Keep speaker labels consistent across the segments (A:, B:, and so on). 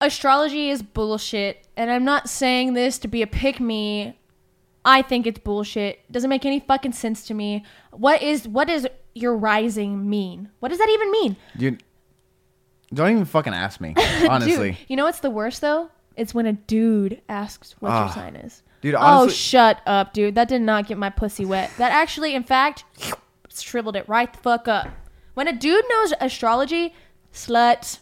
A: astrology is bullshit, and I'm not saying this to be a pick me. I think it's bullshit. Doesn't make any fucking sense to me. What is what does your rising mean? What does that even mean?
B: You don't even fucking ask me. Honestly,
A: Dude, you know what's the worst though? It's when a dude asks what your
B: Ah.
A: sign is.
B: Dude, honestly-
A: oh shut up, dude. That did not get my pussy wet. That actually, in fact, shriveled it right the fuck up. When a dude knows astrology, slut,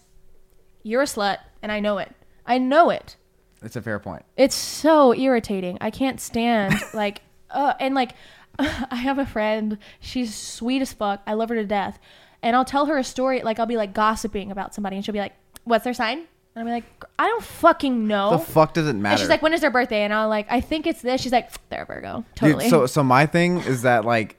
A: you're a slut, and I know it. I know it.
B: it's a fair point.
A: It's so irritating. I can't stand like uh and like I have a friend, she's sweet as fuck. I love her to death. And I'll tell her a story like I'll be like gossiping about somebody and she'll be like, "What's their sign?" And I'll be like, "I don't fucking know."
B: The fuck does it matter?
A: and she's like, "When is their birthday?" And I'm like, "I think it's this." She's like, "They're a Virgo." Totally.
B: Dude, so so my thing is that like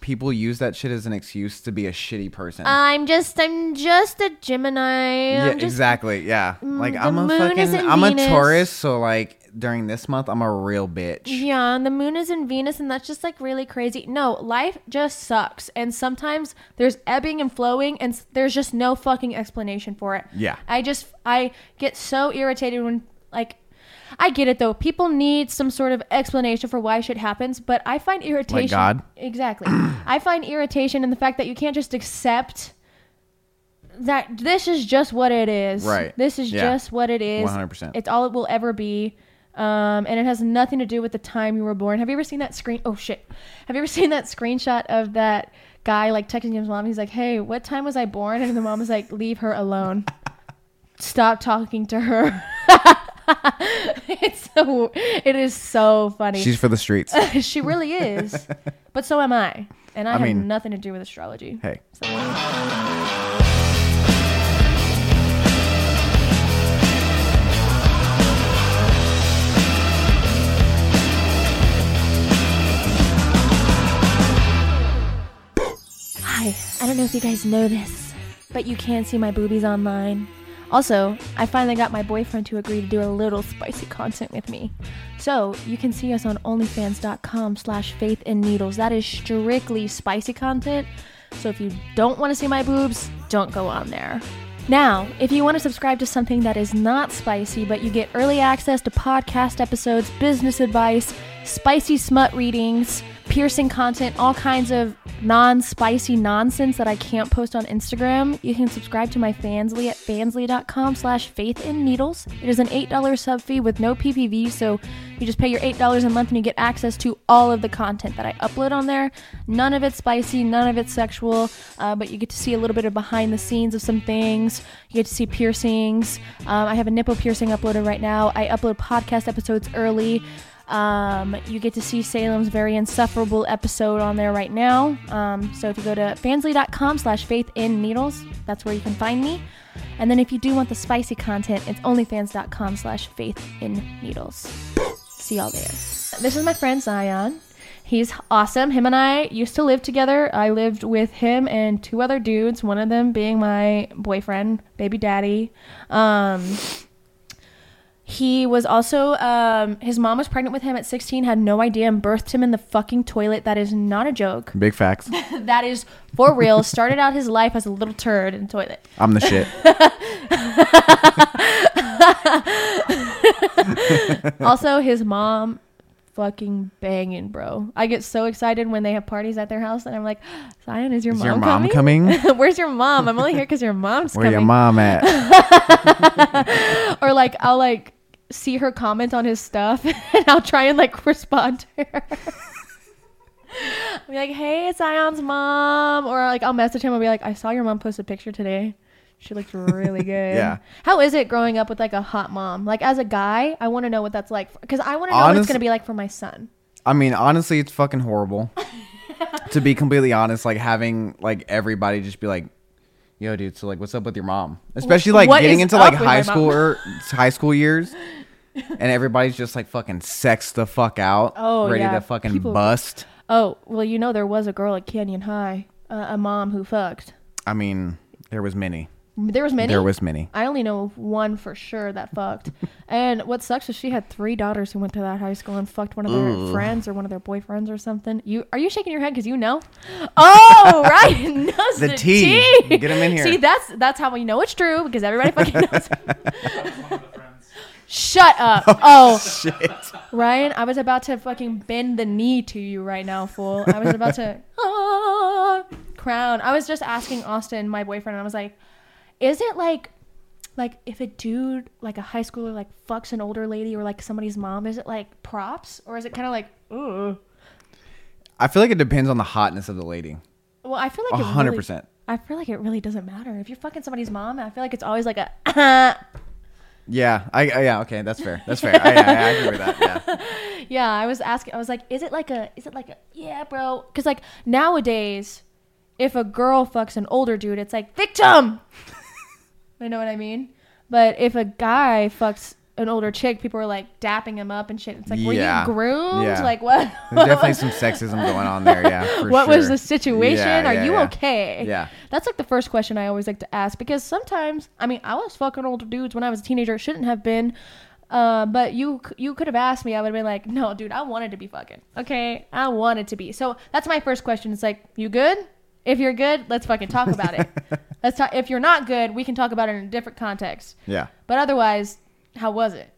B: people use that shit as an excuse to be a shitty person.
A: I'm just I'm just a Gemini.
B: yeah,
A: Um, I'm just Mm,
B: exactly. Yeah. Like I'm a
A: moon
B: fucking
A: is in
B: I'm
A: Venus.
B: a Taurus, so like during this month I'm a real bitch.
A: Yeah, and the moon is in Venus, and that's just like really crazy. No, life just sucks, and sometimes there's ebbing and flowing, and s- there's just no fucking explanation for it.
B: Yeah.
A: I just I get so irritated when like I get it though. People need some sort of explanation for why shit happens, but I find irritation.
B: God?
A: Exactly. I find irritation in the fact that you can't just accept that this is just what it is.
B: Right.
A: This is
B: Yeah.
A: just what it is.
B: 100%.
A: It's all it will ever be. Um, and it has nothing to do with the time you were born. Have you ever seen that screen? Oh shit! Have you ever seen that screenshot of that guy like texting his mom? He's like, "Hey, what time was I born?" And the mom was like, "Leave her alone. Stop talking to her." it's so. It is so funny.
B: She's for the streets.
A: she really is. but so am I, and I,
B: I
A: have
B: mean-
A: nothing to do with astrology.
B: hey.
A: Hi, I don't know if you guys know this, but you can see my boobies online. Also, I finally got my boyfriend to agree to do a little spicy content with me. So, you can see us on onlyfans.com slash faith in needles. That is strictly spicy content. So if you don't want to see my boobs, don't go on there. Now, if you want to subscribe to something that is not spicy, but you get early access to podcast episodes, business advice, spicy smut readings, piercing content, all kinds of non spicy nonsense that I can't post on Instagram, you can subscribe to my Fansly at fansly.com slash faith in needles. It is an $8 sub fee with no PPV, so you just pay your $8 a month and you get access to all of the content that I upload on there. None of it's spicy, none of it's sexual, uh, but you get to see a little bit of behind the scenes of some things. You get to see piercings. Um, I have a nipple piercing uploaded right now. I upload podcast episodes early. Um, you get to see Salem's very insufferable episode on there right now. Um, so if you go to fansly.com slash faith in needles, that's where you can find me. And then if you do want the spicy content, it's onlyfans.com slash faith in needles. See y'all there. This is my friend Zion. He's awesome. Him and I used to live together. I lived with him and two other dudes, one of them being my boyfriend, baby daddy. Um, he was also um, his mom was pregnant with him at 16, had no idea, and birthed him in the fucking toilet. That is not a joke.
B: Big facts.
A: That is for real. Started out his life as a little turd in the toilet.
B: I'm the shit.
A: also, his mom fucking banging, bro. I get so excited when they have parties at their house, and I'm like, Zion, is your
B: Is
A: mom
B: your mom
A: coming?
B: coming?
A: Where's your mom? I'm only here because your mom's
B: Where your
A: coming.
B: mom at?
A: or like, I'll like see her comment on his stuff, and I'll try and like respond to her. I'll be like, hey, it's Zion's mom, or like I'll message him. I'll be like, I saw your mom post a picture today. She looked really good.
B: Yeah.
A: How is it growing up with like a hot mom? Like as a guy, I want to know what that's like because I want to know what it's
B: Honest-
A: gonna be like for my son.
B: I mean, honestly, it's fucking horrible. to be completely honest, like having like everybody just be like, "Yo, dude, so like, what's up with your mom?" Especially like
A: What
B: getting
A: is
B: into
A: up
B: like
A: with
B: high
A: my mom?
B: school or high school years, and everybody's just like fucking sex the fuck out,
A: Oh,
B: ready
A: yeah.
B: to fucking
A: People-
B: bust.
A: Oh, well, you know, there was a girl at Canyon High, uh, a mom who fucked.
B: I mean, there was many.
A: There was many.
B: There was many.
A: I only know of one for sure that fucked. and what sucks is she had three daughters who went to that high school and fucked one of their friends or one of their boyfriends or something. You are you shaking your head because you know? Oh, right, knows the,
B: The tea.
A: tea.
B: Get 'em in here.
A: See, that's that's how we know it's true because everybody fucking knows. Shut up. Oh,
B: Shit.
A: Ryan, I was about to fucking bend the knee to you right now, fool. I was about to ah, crown. I was just asking Austin, my boyfriend, and I was like, is it like like if a dude, like a high schooler, like fucks an older lady or like somebody's mom, is it like props or is it kind of like, uh. ooh?
B: I feel like it depends on the hotness of the lady.
A: Well, I feel
B: A
A: like it really-
B: hundred percent.
A: I feel like it really doesn't matter if you're fucking somebody's mom. I feel like it's always like a uh,
B: Yeah. I, I yeah. Okay. That's fair. That's fair. I, I, I agree with that. Yeah.
A: Yeah, I was asking. I was like, is it like a, is it like a, yeah, bro? Because like nowadays, if a girl fucks an older dude, it's like victim. you know what I mean? But if a guy fucks an older chick, people are like dapping him up and shit. It's like, were
B: Yeah.
A: you groomed?
B: Yeah.
A: Like what?
B: There's definitely some sexism going on there. Yeah. for
A: what was
B: sure.
A: the situation?
B: Yeah,
A: are
B: yeah,
A: you
B: yeah.
A: okay?
B: Yeah.
A: That's like the first question I always like to ask because sometimes, I mean, I was fucking older dudes when I was a teenager. It shouldn't have been. Uh, but you c- you could have asked me. I would have been like, no, dude, I wanted to be fucking. Okay, I wanted to be. So that's my first question. It's like, you good? If you're good, let's fucking talk about it. let's talk. If you're not good, we can talk about it in a different context.
B: Yeah.
A: But otherwise, how was it?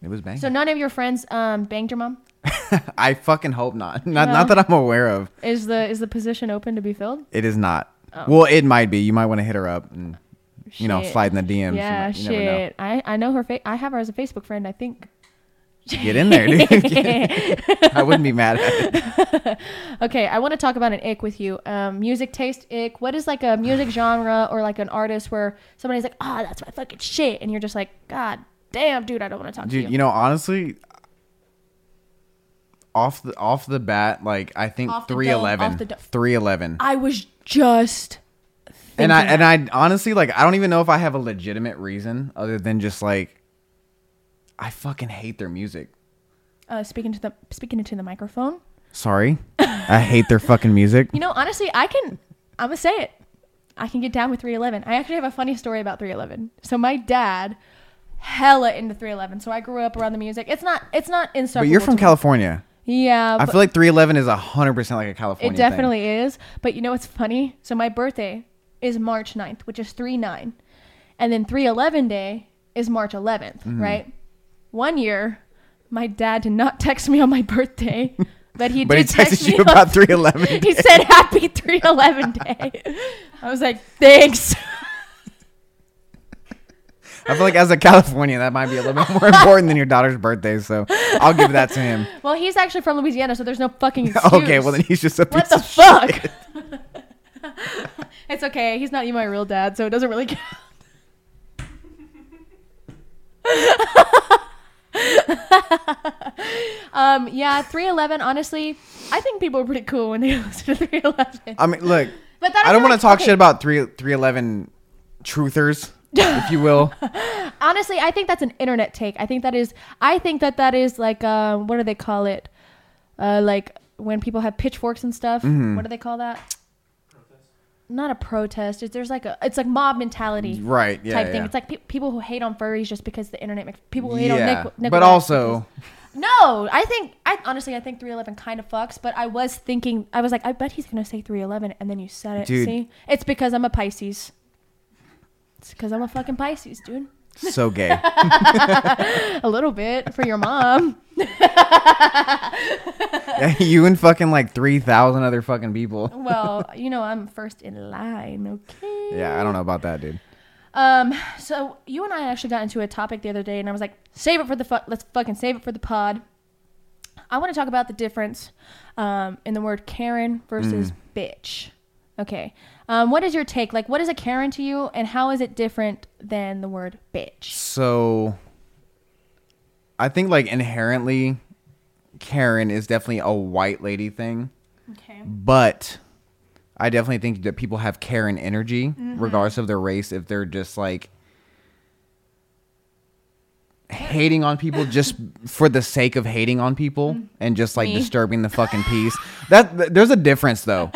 B: It was bang.
A: So none of your friends um, banged your mom.
B: I fucking hope not. Not
A: No.
B: not that I'm aware of.
A: Is the is the position open to be filled?
B: It is not. Well, it might be. You might want to hit her up and you know
A: Oh. Shit.
B: slide in the DMs. You
A: Yeah,
B: might- you never know.
A: shit. I, I know her face. I have her as a Facebook friend, I think.
B: Get in there, dude. I wouldn't be mad at it.
A: Okay, I want to talk about an ick with you. Um, music taste ick. What is like a music genre or like an artist where somebody's like, oh, that's my fucking shit. And you're just like, God damn, dude, I don't want to talk to
B: Dude,
A: you.
B: you know, honestly, off the off the bat, like I think
A: Off the dome,
B: three eleven.
A: off the do-
B: Three eleven.
A: I was just.
B: And I
A: thinking
B: and I honestly like I don't even know if I have a legitimate reason other than just like I fucking hate their music.
A: Uh, speaking to the speaking into the microphone.
B: Sorry. I hate their fucking music.
A: You know, honestly, I can. I'm gonna say it. I can get down with 311. I actually have a funny story about 311. So my dad, hella into 311. So I grew up around the music. It's not. It's not
B: But
A: insufferable.
B: you're
A: to
B: from
A: me.
B: California.
A: Yeah,
B: I
A: but
B: feel like 311 is 100% like a California
A: it
B: thing.
A: definitely is. But you know what's funny? So my birthday is March 9th, which is 3 9. And then 311 day is March 11th,
B: Mm-hmm.
A: right? One year, my dad did not text me on my birthday, but he
B: But he
A: did text
B: texted
A: me
B: you
A: on-
B: about 311.
A: he said happy 311 day. I was like, thanks.
B: I feel like as a Californian, that might be a little bit more important than your daughter's birthday. So I'll give that to him.
A: Well, he's actually from Louisiana, so there's no fucking excuse.
B: okay, well then he's just a piece
A: What the
B: of
A: fuck?
B: shit.
A: it's okay. He's not even my real dad, so it doesn't really count. um, yeah, 311, honestly, I think people are pretty cool when they listen to 311.
B: I mean, look,
A: But that
B: I don't
A: feel
B: want
A: like-
B: to talk
A: okay,
B: shit about 3 311 truthers, if you will.
A: Honestly, I think that's an internet take. I think that is, I think that that is like, uh, what do they call it? Uh, like when people have pitchforks and stuff.
B: Mm-hmm.
A: What do they call that? Not a protest. It's, there's like a, it's like mob mentality.
B: right, yeah.
A: type
B: yeah.
A: thing. It's like pe- people who hate on furries just because the internet makes people who hate on Nick. Nickelback
B: but also
A: because- no, I think I honestly I think 311 kind of fucks. But I was thinking I was like I bet he's gonna say 311 and then you said it.
B: Dude.
A: See, it's because I'm a Pisces. It's because I'm a fucking Pisces, dude.
B: so gay.
A: A little bit for your mom.
B: you and fucking like three thousand other fucking people.
A: well, you know I'm first in line. Okay.
B: Yeah, I don't know about that, dude.
A: Um, so you and I actually got into a topic the other day, and I was like, save it for the fu- let's fucking save it for the pod. I want to talk about the difference um, in the word Karen versus bitch. Okay, um, what is your take? Like, what is a Karen to you, and how is it different than the word bitch?
B: So I think like inherently Karen is definitely a white lady thing,
A: Okay.
B: but I definitely think that people have Karen energy
A: Mm-hmm.
B: regardless of their race if they're just like hating on people just for the sake of hating on people and just like
A: Mm. Me.
B: disturbing the fucking peace. That th- there's a difference though.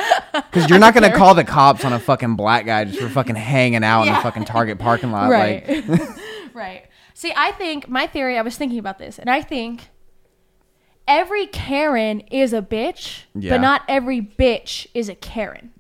B: Cuz you're not going to call the cops on a fucking black guy just for fucking hanging out in
A: Yeah.
B: the fucking Target parking lot like
A: Right. right. See, I think my theory. I was thinking about this, and I think every Karen is a bitch,
B: Yeah.
A: but not every bitch is a Karen.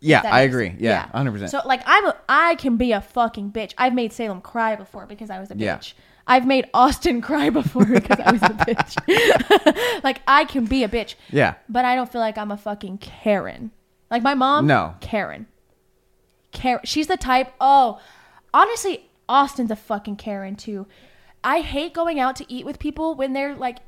B: Yeah,
A: If that
B: I
A: makes-
B: agree. Yeah, 100%.
A: So like I'm a, I can be a fucking bitch. I've made Salem cry before because I was a bitch.
B: Yeah.
A: I've made Austin cry before because I was a bitch. like I can be a bitch,
B: Yeah.
A: but I don't feel like I'm a fucking Karen. Like my mom,
B: No.
A: Karen. Karen, she's the type. Oh, honestly, Austin's a fucking Karen too. I hate going out to eat with people when they're like,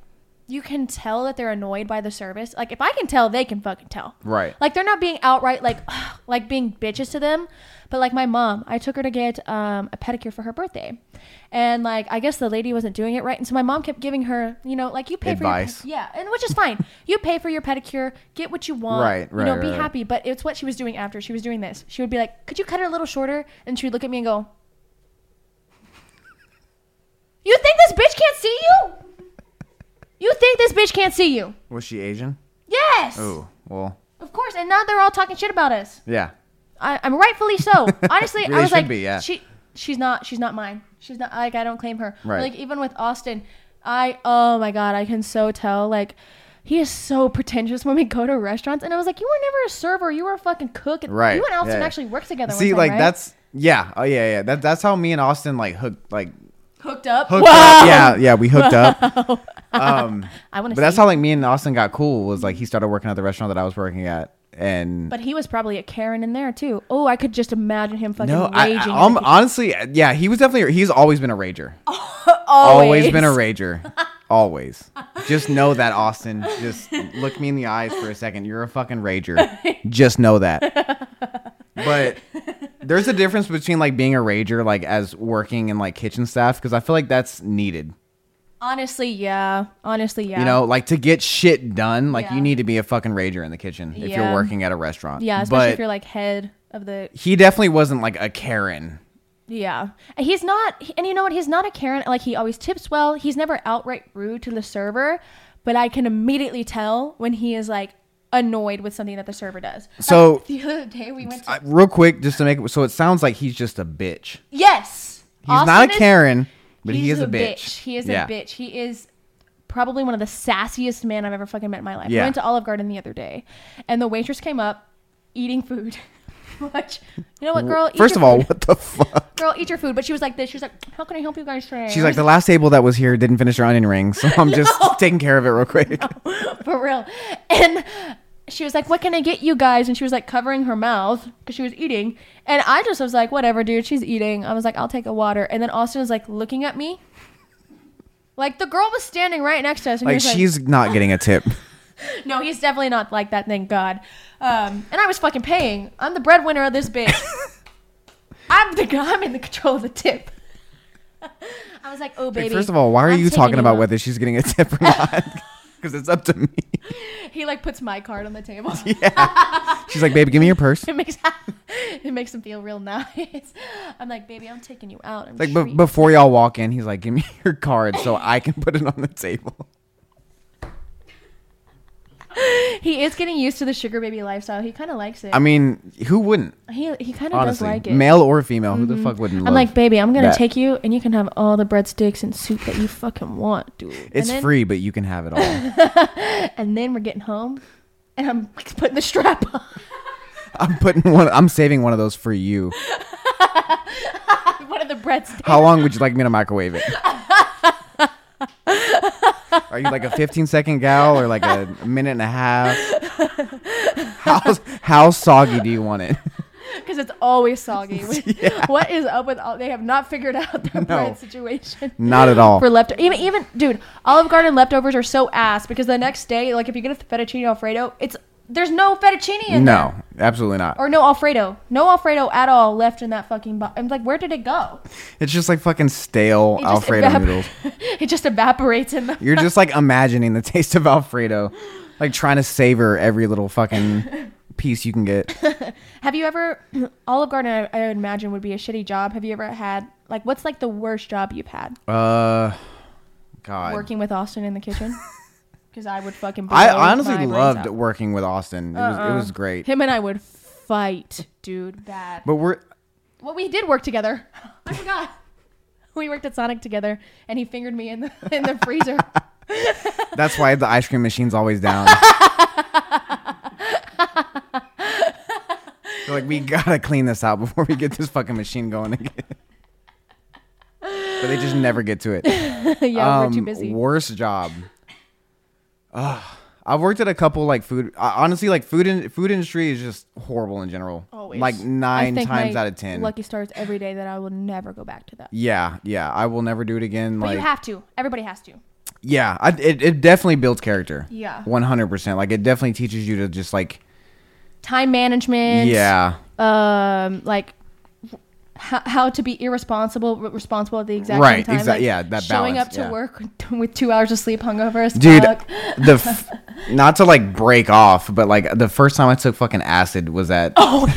A: you can tell that they're annoyed by the service. Like if I can tell, they can fucking tell.
B: Right.
A: Like they're not being outright like like being bitches to them, but like my mom, I took her to get um, a pedicure for her birthday, and like I guess the lady wasn't doing it right, and so my mom kept giving her, you know, like you pay
B: Advice.
A: for your ped- yeah, and which is fine. you pay for your pedicure, get what you want,
B: Right,
A: you know,
B: right,
A: be
B: right, right.
A: happy. But it's what she was doing after she was doing this. She would be like, "Could you cut it a little shorter?" And she would look at me and go, "You think this bitch can't see you? You think this bitch can't see you?
B: Was she Asian?
A: Yes,
B: Oh, well,
A: of course." And now they're all talking shit about us.
B: yeah.
A: I, I'm rightfully so. Honestly,
B: Really
A: I was
B: should
A: like,
B: be, yeah.
A: she she's not she's not mine. She's not like I don't claim her.
B: Right.
A: Like even with Austin, I oh my god, I can so tell like. He is so pretentious when we go to restaurants, and I was like, "You were never a server. You were a fucking cook." And
B: Right,
A: You and Austin
B: yeah.
A: actually worked together.
B: See,
A: one time,
B: like
A: right?
B: that's yeah. Oh yeah, yeah. That that's how me and Austin like hooked like
A: hooked up.
B: hooked
A: Wow.
B: up. Yeah, yeah, we hooked up. Um,
A: I want
B: but
A: to.
B: that's how like me and Austin got cool was like he started working at the restaurant that I was working at and
A: But he was probably a Karen in there too. Oh, I could just imagine him fucking
B: no, I,
A: raging.
B: I, um, honestly, yeah, he was definitely he's always been a rager. always been a rager. Always. Just know that, Austin. Just look me in the eyes for a second. You're a fucking rager. Just know that. But there's a difference between like being a rager, like as working in like kitchen staff, because I feel like that's needed.
A: Honestly, yeah. Honestly, yeah.
B: You know, like to get shit done, like
A: Yeah.
B: you need to be a fucking rager in the kitchen if
A: Yeah.
B: you're working at a restaurant.
A: yeah. Especially
B: but
A: if you're like head of the
B: he definitely wasn't like a Karen.
A: Yeah. And He's not, he- and you know what? He's not a Karen. Like, he always tips well. He's never outright rude to the server, but I can immediately tell when he is like annoyed with something that the server does. Like,
B: So-
A: the other day we went to.
B: I, real quick, just to make it so it sounds like he's just a bitch.
A: yes.
B: He's not a Karen, but he is a, bitch.
A: He is
B: Yeah.
A: a bitch. He is probably one of the sassiest men I've ever fucking met in my life.
B: Yeah.
A: I went to Olive Garden the other day, and the waitress came up eating food. Which, you know what, girl? Eat
B: First
A: your
B: of all,
A: food.
B: what the fuck?
A: girl, eat your food. But she was like this. She was like, "How can I help you guys today?"
B: She's like, the last table that was here didn't finish her onion rings, so I'm just taking care of it real
A: Oh
B: quick.
A: for real. And she was like, "What can I get you guys?" And she was like covering her mouth because she was eating. And I just was like, "Whatever, dude. She's eating." I was like, "I'll take a water." And then Austin was like looking at me, like the girl was standing right next to us, and he
B: Like,
A: was like,
B: she's not getting a tip.
A: "No, he's definitely not like that. Thank God." Um, and I was fucking paying. I'm the breadwinner of this bitch. I'm the guy. I'm in the control of the tip. I was like, "Oh, baby."
B: Like, first of all, why are
A: I'm
B: you
A: taking
B: talking about
A: home.
B: whether she's getting a tip or not? Because it's up to me.
A: He like puts my card on the table.
B: She's like, babe, give me your purse.
A: it makes it makes him feel real nice. I'm like, baby, I'm taking you out. I'm
B: Like, b-
A: treating-"
B: before y'all walk in, he's like, give me your card so I can put it on the table.
A: he is getting used to the sugar baby lifestyle. He kind of likes it.
B: I mean, who wouldn't?
A: he he kind of does
B: Honestly,
A: like it. Mm-hmm.
B: male or female, who the fuck wouldn't?
A: I'm
B: love
A: like, baby, I'm gonna
B: that?
A: take you, and you can have all the breadsticks and soup that you fucking want, dude.
B: It's
A: and then,
B: free, but you can have it all.
A: And then we're getting home, and I'm like putting the strap on.
B: I'm putting one. I'm saving one of those for you.
A: One of the breadsticks.
B: How long would you like me to microwave it? Are you like a 15 second gal or like a minute and a half? How, how soggy do you want it?
A: Because it's always soggy. What is up with all? They have not figured out their bread situation.
B: Not at all.
A: for left even even dude olive garden leftovers are so ass because the next day like if you get a fettuccine alfredo it's there's no fettuccine in
B: No,
A: there.
B: absolutely not.
A: or no alfredo no alfredo at all left in that fucking box i'm like where did it go
B: It's just like fucking stale
A: it
B: Alfredo
A: evap-
B: noodles.
A: it just evaporates in the
B: You're just like imagining the taste of Alfredo, like trying to savor every little fucking piece you can get.
A: have you ever olive garden I, I would imagine would be a shitty job have you ever had like what's like the worst job you've had
B: Uh, God.
A: working with austin in the kitchen because i would fucking
B: I
A: blow
B: honestly
A: my brains
B: loved
A: out.
B: working with Austin. It was it was great.
A: him and i would fight dude bad
B: But we're
A: Well, we did work together. I forgot. we worked at Sonic together, and he fingered me in the in the freezer.
B: That's why the ice cream machine's always down. They're like, we gotta clean this out before we get this fucking machine going again. but they just never get to it.
A: yeah, we're too
B: Um,
A: busy.
B: Worst job. Ugh. I've worked at a couple like food. I- Honestly, like food in, food industry is just horrible in general.
A: Always.
B: Like nine
A: I thank
B: times
A: my
B: out of ten.
A: Lucky stars every day that I will never go back to that.
B: yeah, yeah. I will never do it again.
A: But
B: like
A: you have to. Everybody has to.
B: Yeah, I, it, it definitely builds character.
A: Yeah.
B: 100%. Like, it definitely teaches you to just, like,
A: Time management.
B: yeah.
A: Um, like how, how to be irresponsible, re- responsible at the exact
B: Right,
A: same time.
B: exa-
A: like,
B: yeah, that
A: showing
B: balance,
A: up to
B: yeah.
A: work with two hours of sleep, hungover as
B: Dude,
A: fuck.
B: the, f- not to, like, break off, but, like, the first time I took fucking acid was that,
A: Oh,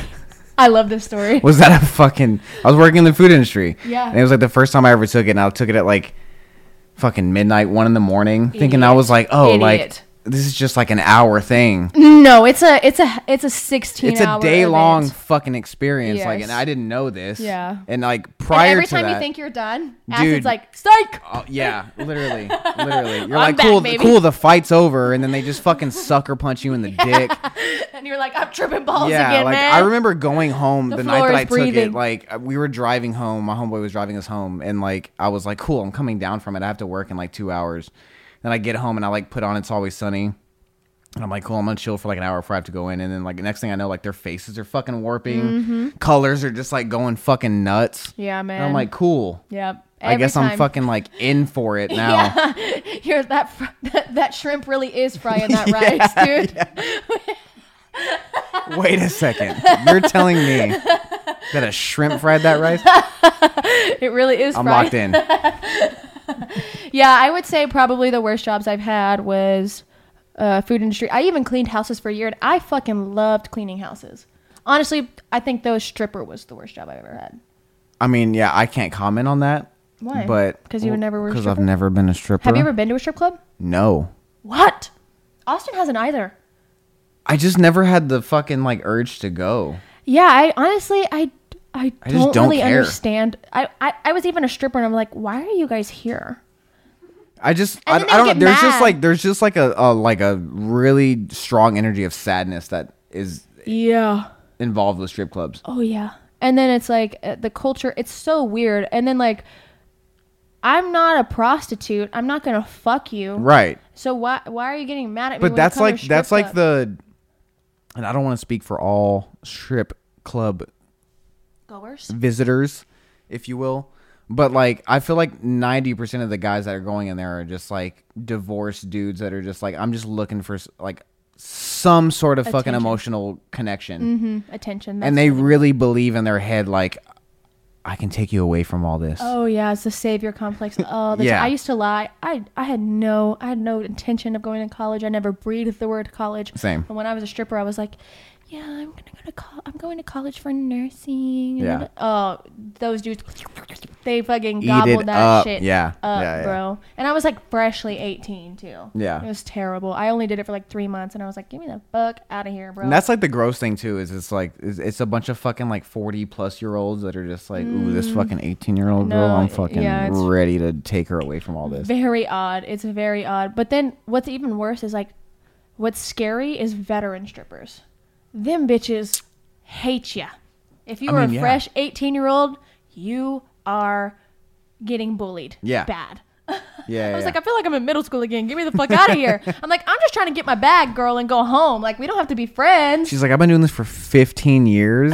A: I love this story.
B: was that a fucking, I was working in the food industry.
A: Yeah.
B: And it was, like, the first time I ever took it, and I took it at, like, fucking midnight, one in the morning, thinking I
A: Idiot.
B: was, like, oh, like,
A: Idiot.
B: this is just, like, an hour thing.
A: No, it's a it's a it's a sixteen.
B: It's a
A: hour
B: day long
A: event.
B: fucking experience. Like,
A: Yes.
B: and I didn't know this.
A: Yeah.
B: And, like,
A: And
B: prior
A: every
B: to
A: time
B: that.
A: you think you're done,
B: Dude.
A: acid's like psych.
B: Oh, yeah, literally, literally. You're
A: I'm
B: like, cool,
A: back, baby."
B: cool. The fight's over, and then they just fucking sucker punch you in the dick.
A: and you're like, I'm tripping balls
B: Yeah,
A: again,
B: like
A: man.
B: I remember going home the, night
A: floor
B: that
A: is
B: I took
A: breathing.
B: it. Like uh, we were driving home, my homeboy was driving us home, and like I was like, cool, I'm coming down from it. I have to work in like two hours. Then I get home and I like put on It's Always Sunny. And I'm like, cool, I'm gonna chill for like an hour before I have to go in. And then like next thing I know, like their faces are fucking warping, colors are just like going fucking nuts.
A: Mm-hmm. Yeah, man.
B: And I'm like, cool.
A: yeah.
B: I guess
A: fucking.
B: I'm fucking like in for it now.
A: Here, that, fr- that that shrimp really is frying that rice, dude.
B: Wait a second. You're telling me that a shrimp fried that rice?
A: It really is
B: I'm
A: frying.
B: locked in.
A: Yeah, I would say probably the worst jobs I've had was uh, food industry. I even cleaned houses for a year, and I fucking loved cleaning houses. Honestly, I think though stripper was the worst job I've ever had.
B: I mean, yeah, I can't comment on that.
A: Why?
B: But
A: 'Cause you were never were a
B: because I've
A: stripper?
B: never been a stripper.
A: Have you ever been to a strip club?
B: No,
A: What? Austin hasn't either.
B: I just never had the fucking like urge to go.
A: Yeah, I honestly, I, I don't,
B: just don't
A: really
B: care.
A: understand. I, I, I was even a stripper, and I'm like, why are you guys here?
B: I just I, I
A: And then they
B: don't know.
A: get
B: There's just
A: mad.
B: like there's just like a, a like a really strong energy of sadness that is
A: Yeah.
B: involved with strip clubs.
A: Oh yeah. And then it's like uh, the culture. It's so weird. And then like, I'm not a prostitute. I'm not gonna fuck you.
B: Right.
A: So why why are you getting mad at me? when
B: But
A: you
B: that's
A: come to a
B: like that's
A: strip
B: like
A: club?
B: the and I don't want to speak for all strip club
A: goers.
B: visitors, if you will. But like, I feel like ninety percent of the guys that are going in there are just like divorced dudes that are just like, I'm just looking for s- like some sort of fucking
A: Attention. Mm-hmm.
B: emotional connection,
A: Attention.
B: and
A: that's-
B: they really believe in their head like, I can take you away from all this.
A: Oh yeah, it's the savior complex. Oh, that's,
B: Yeah.
A: I used to lie. I I had no I had no intention of going to college. I never breathed the word college.
B: Same.
A: And when I was a stripper, I was like, yeah, I'm gonna go to col- I'm going to college for nursing.
B: Yeah.
A: Oh, those dudes, they fucking gobbled
B: it
A: that
B: up.
A: shit
B: Yeah.
A: up,
B: Yeah, yeah.
A: bro. And I was like freshly 18 too.
B: Yeah.
A: It was terrible. I only did it for like three months, and I was like, give me the fuck out of here, bro.
B: And that's like the gross thing too. Is it's like it's, it's a bunch of fucking like forty plus year olds that are just like, ooh, this fucking eighteen year old girl,
A: Mm. No,
B: I'm fucking
A: yeah, it's-
B: ready to take her away from all this.
A: very odd. It's very odd. But then what's even worse is like what's scary is veteran strippers. Them bitches hate ya. If you
B: I
A: were
B: mean,
A: a
B: yeah.
A: fresh 18 year old, you are getting bullied.
B: Yeah.
A: Bad.
B: Yeah,
A: I was
B: yeah.
A: like, I feel like I'm in middle school again. Get me the fuck out of here. I'm like, I'm just trying to get my bag, girl, and go home. Like, we don't have to be friends.
B: She's like, I've been doing this for 15 years.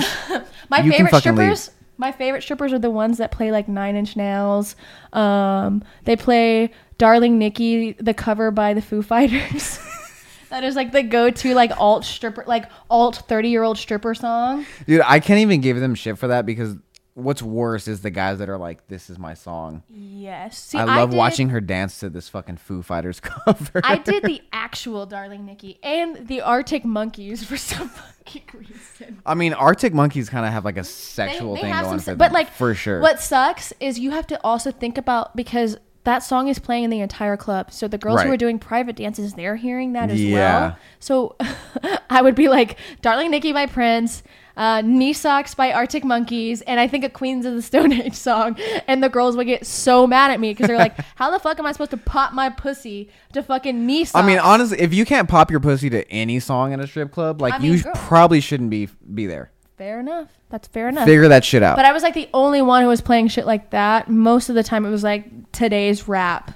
A: My
B: You can
A: favorite
B: fucking
A: strippers. My favorite strippers are the ones that play like Nine Inch Nails. Um, they play "Darling Nikki," the cover by the Foo Fighters. that is like the go-to like alt stripper, like alt thirty-year-old stripper song.
B: Dude, I can't even give them shit for that because what's worse is the guys that are like, this is my song.
A: Yes, See,
B: I love
A: did-
B: watching her dance to this fucking Foo Fighters cover.
A: I did the actual "Darling Nikki" and the Arctic Monkeys for some fucking reason.
B: I mean, Arctic Monkeys kind of have like a
A: They,
B: sexual
A: they
B: thing
A: have
B: going
A: some,
B: for
A: se-
B: them,
A: but like
B: for sure.
A: What sucks is you have to also think about because that song is playing in the entire club. So the girls who
B: Right.
A: are doing private dances, they're hearing that as
B: Yeah.
A: well. So I would be like, "Darling Nikki" by Prince, uh, "Knee Socks" by Arctic Monkeys, and I think a Queens of the Stone Age song. And the girls would get so mad at me because they're like, "How the fuck am I supposed to pop my pussy to fucking knee
B: I
A: socks?"
B: mean, honestly, if you can't pop your pussy to any song in a strip club, like
A: I mean,
B: you
A: girl.
B: probably shouldn't be be there.
A: Fair enough. That's fair enough.
B: Figure that shit out.
A: Uh, But I was like the only one who was playing shit like that. Most of the time, it was like today's rap.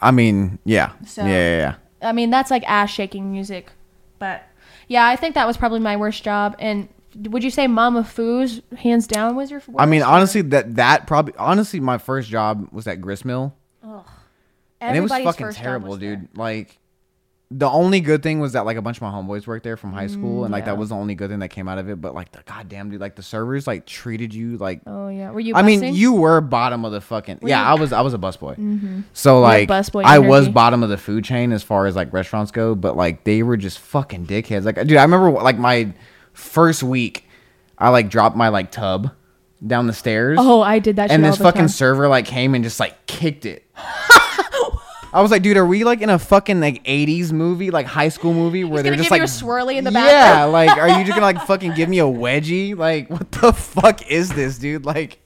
B: I mean, yeah.
A: So-
B: yeah, yeah, yeah.
A: I mean, that's like ass shaking music. But yeah, I think that was probably my worst job. And would you say Mama Foo's hands down was your? Worst?
B: I mean, honestly, that that probably honestly my first job was at Gristmill, and it was
A: Everybody's
B: fucking
A: first job
B: terrible,
A: was
B: dude.
A: there.
B: Like, the only good thing was that like a bunch of my homeboys worked there from high school, and like that
A: yeah.
B: was the only good thing that came out of it. But like the goddamn dude, like the servers like treated you like.
A: Oh yeah, were you?
B: I mean,
A: busing?
B: you were bottom of the fucking yeah.
A: you- Mm-hmm.
B: I was I was a busboy, so like
A: busboy
B: I was
A: energy.
B: bottom of the food chain as far as like restaurants go. But like they were just fucking dickheads. Like dude, I remember like my first week, I like dropped my like tub down the stairs
A: Oh, I did that. Shit
B: and this
A: all the
B: fucking
A: time.
B: server like came and just like kicked it. I was like, dude, are we like in a fucking like '80s movie, like high school movie, where they're
A: gonna
B: just
A: give
B: like
A: you a swirly in the
B: Yeah,
A: bathroom.
B: like, are you just gonna like fucking give me a wedgie? Like, what the fuck is this, dude? Like,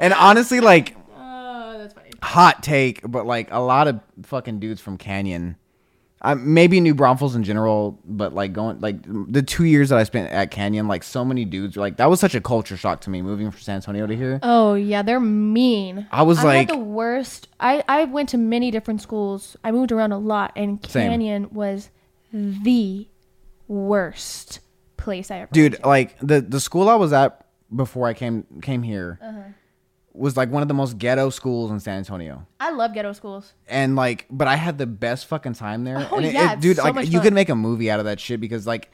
B: and honestly, like,
A: Oh, that's funny.
B: hot take, but like a lot of fucking dudes from Canyon, I, maybe New Braunfels in general, but like going like the two years that I spent at Canyon, like so many dudes were like that was such a culture shock to me moving from San Antonio to here.
A: Oh yeah, they're mean.
B: I was
A: I've
B: like-
A: had the worst. I I went to many different schools. I moved around a lot, and
B: Same.
A: Canyon was the worst place I ever.
B: Dude, like the the school I was at before I came came here
A: Uh-huh.
B: was like one of the most ghetto schools in San Antonio.
A: I love ghetto schools.
B: and like but i had the best fucking time there
A: Oh,
B: and it,
A: yeah,
B: it-
A: it's
B: dude
A: so
B: like
A: much
B: you
A: fun.
B: could make a movie out of that shit because like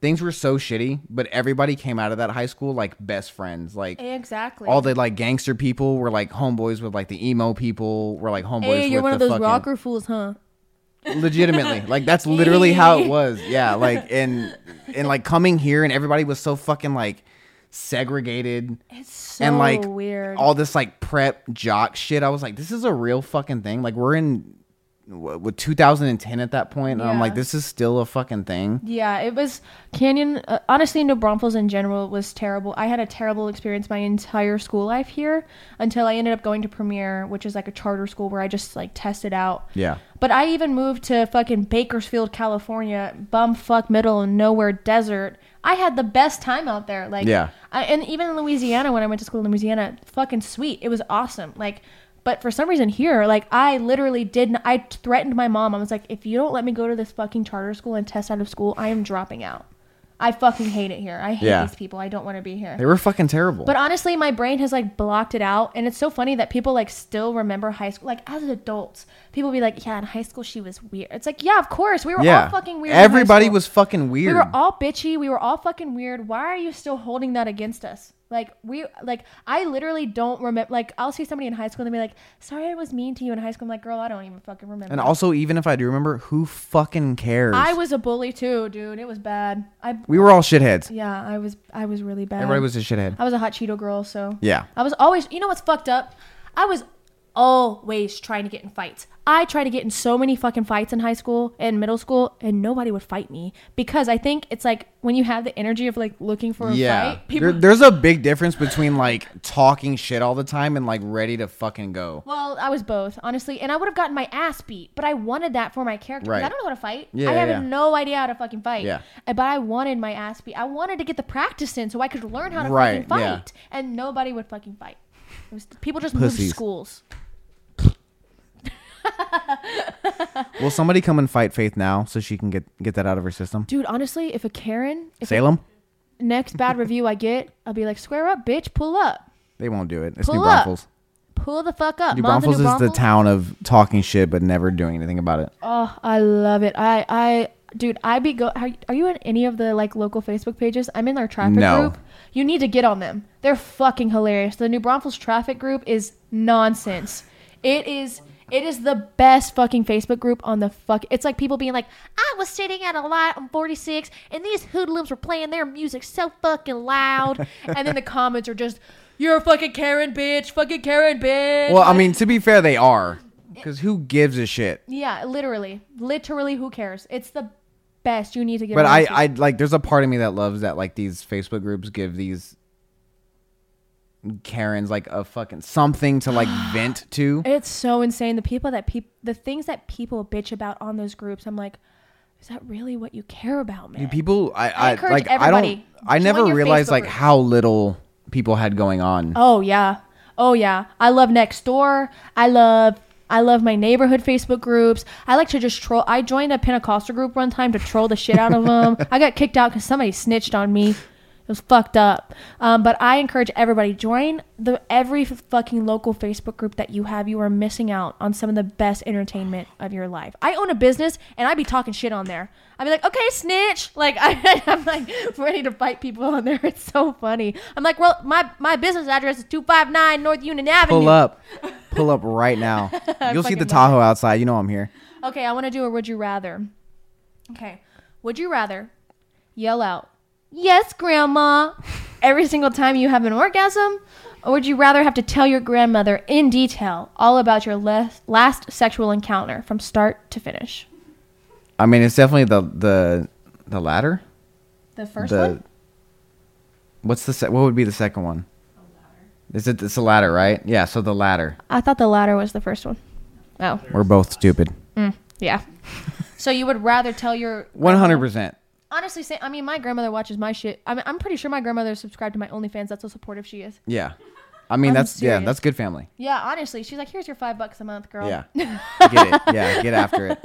B: things were so shitty but everybody came out of that high school like best friends like
A: Exactly.
B: all the like gangster people were like homeboys with like the emo people were like homeboys
A: hey, you're
B: with
A: one
B: the
A: of those
B: fucking,
A: rocker fools, huh?
B: legitimately like that's literally how it was yeah like and and like coming here and everybody was so fucking like segregated
A: It's so
B: and like
A: weird.
B: all this like prep jock shit. I was like, this is a real fucking thing. Like we're in wh- what 2010 at that point, and I'm
A: Yeah.
B: like, this is still a fucking thing.
A: yeah, it was Canyon. Uh, honestly, New Braunfels in general was terrible. I had a terrible experience my entire school life here until I ended up going to Premier, which is like a charter school where I just like tested out.
B: Yeah.
A: But I even moved to fucking Bakersfield, California, bum fuck middle of nowhere desert. I had the best time out there. Like,
B: Yeah.
A: I, and even in Louisiana, when I went to school in Louisiana, fucking sweet. It was awesome. Like, but for some reason here, like, I literally didn't. I threatened my mom. I was like, if you don't let me go to this fucking charter school and test out of school, I am dropping out. I fucking hate it here. I hate
B: Yeah.
A: these people. I don't want to be here.
B: They were fucking terrible.
A: But honestly, my brain has like blocked it out, and it's so funny that people like still remember high school. Like as adults, people be like, "Yeah, in high school she was weird." It's like, yeah, of course, we were
B: yeah,
A: all fucking weird. in high
B: everybody
A: school.
B: was fucking weird.
A: We were all bitchy. We were all fucking weird. Why are you still holding that against us? Like we, like I literally don't remember. Like I'll see somebody in high school and they'll be like, "Sorry, I was mean to you in high school." I'm like, "Girl, I don't even fucking remember."
B: and also, even if I do remember, who fucking cares?
A: I was a bully too, dude. It was bad. I
B: we were all shitheads.
A: yeah, I was I was really bad.
B: Everybody was a shithead.
A: I was a hot Cheeto girl, so
B: Yeah.
A: I was always, you know what's fucked up? I was always trying to get in fights. I tried to get in so many fucking fights in high school and middle school, and nobody would fight me because I think it's like when you have the energy of like looking for a
B: Yeah,
A: fight,
B: there,
A: people.
B: there's a big difference between like talking shit all the time and like ready to fucking go.
A: well, I was both, honestly, and I would have gotten my ass beat, but I wanted that for my character. 'cause
B: Right.
A: I don't know how to fight.
B: Yeah,
A: I
B: yeah,
A: have
B: yeah.
A: no idea how to fucking fight.
B: Yeah.
A: Uh, But I wanted my ass beat. I wanted to get the practice in so I could learn how to
B: Right,
A: fucking
B: yeah.
A: fight, and nobody would fucking fight. It was, people just
B: Pussies.
A: moved schools.
B: Will somebody come and fight Faith now so she can get get that out of her system?
A: Dude, honestly, if a Karen, if
B: Salem.
A: next bad review I get, I'll be like, square up, bitch, pull up.
B: They won't do it. It's New
A: Pull up.
B: Braunfels.
A: Pull the fuck up.
B: New
A: Mom's in
B: Braunfels
A: New
B: is the
A: Braunfels.
B: town of talking shit but never doing anything about it.
A: oh, I love it. I, I, dude, I be go. Are, are you in any of the like local Facebook pages? I'm in their traffic
B: No.
A: group. You need to get on them. They're fucking hilarious. The New Braunfels traffic group is nonsense. It is. It is the best fucking Facebook group on the fuck. It's like people being like, I was sitting at a lot on 46 and these hoodlums were playing their music so fucking loud. and then the comments are just, you're a fucking Karen bitch, fucking Karen bitch.
B: Well, I mean, to be fair, they are. Because who gives a shit?
A: Yeah, literally. Literally, who cares? It's the best. You need to get
B: But
A: on
B: I,
A: this.
B: I like. There's a part of me that loves that. Like these Facebook groups give these Karens like a fucking something to like vent to.
A: It's so insane. The people that people, the things that people bitch about on those groups, I'm like, is that really what you care about, man?
B: Do people? I, I,
A: encourage
B: like. I don't.
A: everybody,
B: I
A: join
B: never
A: your
B: realized
A: Facebook
B: like
A: group.
B: how little people had going on.
A: Oh yeah. Oh yeah. I love next door. I love I love my neighborhood Facebook groups. I like to just troll. I joined a Pentecostal group one time to troll the shit out of them. I got kicked out because somebody snitched on me. It was fucked up. Um, but I encourage everybody join the every fucking local Facebook group that you have. You are missing out on some of the best entertainment of your life. I own a business and I'd be talking shit on there. I'd be like, okay, snitch. Like I, I'm like ready to fight people on there. It's so funny. I'm like, well, my my business address is two five nine North Union Avenue.
B: Pull up, pull up right now. You'll see
A: fucking
B: the
A: love
B: Tahoe outside. You know I'm here.
A: Okay, I want to do a would you rather. Okay. Would you rather yell out, yes, grandma, every single time you have an orgasm? Or would you rather have to tell your grandmother in detail all about your le- last sexual encounter from start to finish?
B: I mean, it's definitely the the the latter.
A: The first
B: the
A: one?
B: what's the se- what would be the second one? Is it it's the latter, right? Yeah. So the latter.
A: I thought the latter was the first one. Oh,
B: We're both stupid.
A: yeah. so you would rather tell your
B: One hundred percent.
A: honestly say I mean my grandmother watches my shit. I mean, I'm pretty sure my grandmother is subscribed to my OnlyFans. That's how supportive she is.
B: Yeah. I mean,
A: I'm
B: that's yeah,
A: serious.
B: that's good family.
A: Yeah, honestly, she's like, here's your five bucks a month, girl.
B: Yeah. get it. Yeah. Get after it.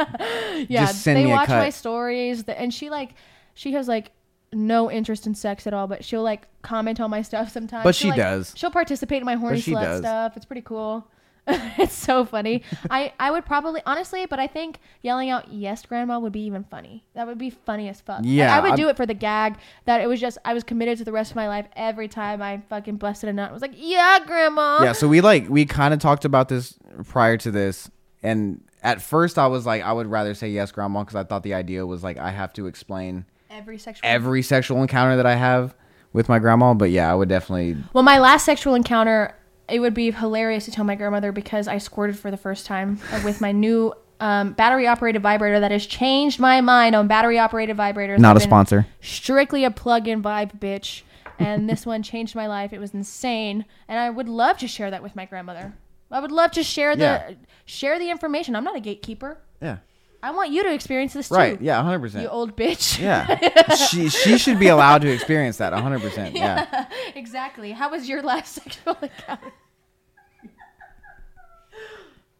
A: yeah,
B: Just send
A: they
B: me a
A: watch my
B: cut.
A: stories, th- and she like, she has like no interest in sex at all, but she'll like comment on my stuff sometimes.
B: But
A: She'll,
B: she
A: like-
B: does.
A: She'll participate in my horny
B: she
A: slut
B: does.
A: stuff. It's pretty cool. it's so funny. I I would probably honestly, but I think yelling out "Yes, Grandma" would be even funny. That would be funny as fuck. Like,
B: Yeah,
A: I would
B: I'm-
A: do it for the gag. That it was just I was committed to the rest of my life. Every time I fucking busted a nut, I was like, "Yeah, Grandma."
B: yeah so we like we kind of talked about this prior to this and at first i was like i would rather say yes grandma because i thought the idea was like i have to explain
A: Every sexual.
B: every sexual encounter that i have with my grandma but yeah i would definitely
A: Well, my last sexual encounter, it would be hilarious to tell my grandmother because I squirted for the first time with my new um, battery operated vibrator that has changed my mind on battery operated vibrators.
B: Not
A: I've
B: a
A: been
B: sponsor.
A: Strictly a plug in vibe, bitch. And this one changed my life. It was insane, and I would love to share that with my grandmother. I would love to share the
B: Yeah.
A: share the information. I'm not a gatekeeper.
B: yeah
A: I want you to experience this
B: right
A: too.
B: yeah
A: You
B: 100%
A: old bitch.
B: yeah she she should be allowed to experience that 100% yeah,
A: exactly. How was your last sexual encounter?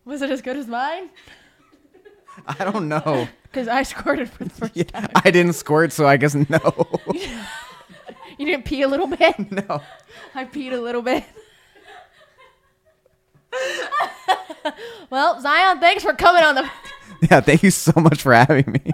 A: was it as good as mine?
B: i don't know
A: Because I squirted for the first time.
B: i didn't squirt so i guess no
A: You didn't pee a little bit?
B: no
A: I peed a little bit. well, Zion, thanks for coming on the.
B: yeah thank you so much for having me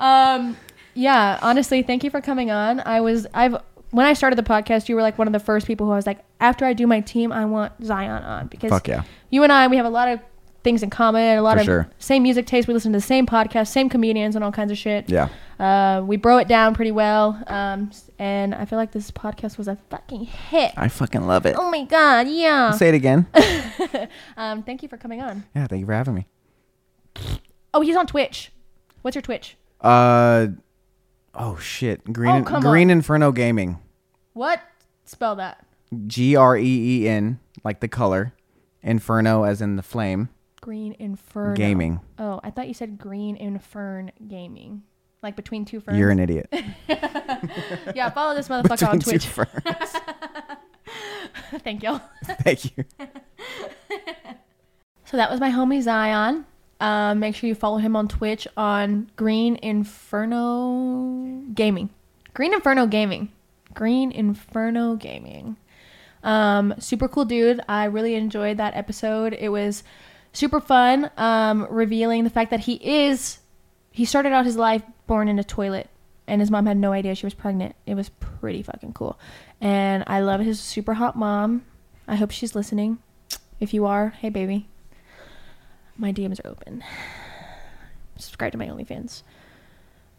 A: Um, yeah, honestly, thank you for coming on. I was, I've, when I started the podcast, you were like one of the first people who I was like, after I do my team, I want Zion on because
B: Fuck yeah.
A: you and I, we have a lot of things in common, a lot
B: For
A: of
B: sure.
A: same music taste. We listen to the same podcast, same comedians, and all kinds of shit.
B: yeah
A: Uh, we bro it down pretty well. Um, s- and I feel like this podcast was a fucking hit.
B: i fucking love it
A: Oh my god, yeah.
B: say it again
A: Um, thank you for coming on.
B: yeah thank you for having me
A: Oh, he's on Twitch. What's your Twitch?
B: Uh, oh shit! Green
A: come
B: Green Inferno Gaming.
A: What? Spell that.
B: G R E E N, like the color. Inferno, as in the flame.
A: Green Inferno.
B: Gaming.
A: Oh, I thought you said Green Infern Gaming. Like between two ferns.
B: You're an idiot.
A: yeah, follow this motherfucker on
B: Between
A: Twitch.
B: two ferns.
A: Thank y'all.
B: Thank you.
A: So that was my homie Zion. Um, make sure you follow him on Twitch on Green Inferno Gaming. Green Inferno Gaming. Green Inferno Gaming. Um, super cool dude. I really enjoyed that episode. It was super fun, um, revealing the fact that he is he started out his life born in a toilet and his mom had no idea she was pregnant. It was pretty fucking cool. And I love his super hot mom. I hope she's listening. If you are, hey baby. My DMs are open. Subscribe to my OnlyFans.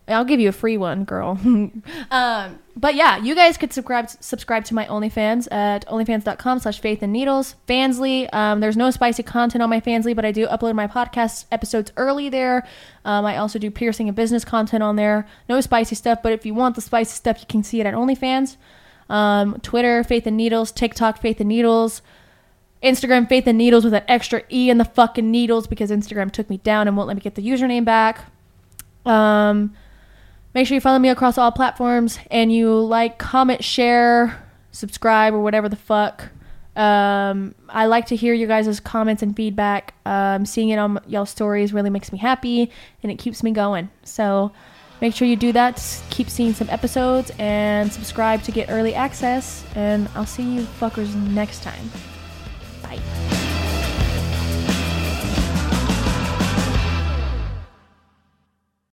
A: I'll give you a free one, girl. um, but yeah, you guys could subscribe subscribe to my OnlyFans at onlyfans.com slash faith and needles. Fansly, um, there's no spicy content on my Fansly, but I do upload my podcast episodes early there. Um, I also do piercing and business content on there. No spicy stuff, but if you want the spicy stuff, you can see it at OnlyFans. Um, Twitter, Faith and Needles, TikTok, Faith and Needles. Instagram Faith and Needles with an extra E in the fucking needles because Instagram took me down and won't let me get the username back. Um, make sure you follow me across all platforms and you like, comment, share, subscribe, or whatever the fuck. Um, I like to hear you guys' comments and feedback. Um, seeing it on y'all stories really makes me happy and it keeps me going. So make sure you do that. Keep seeing some episodes and subscribe to get early access. And I'll see you fuckers next time. Bye.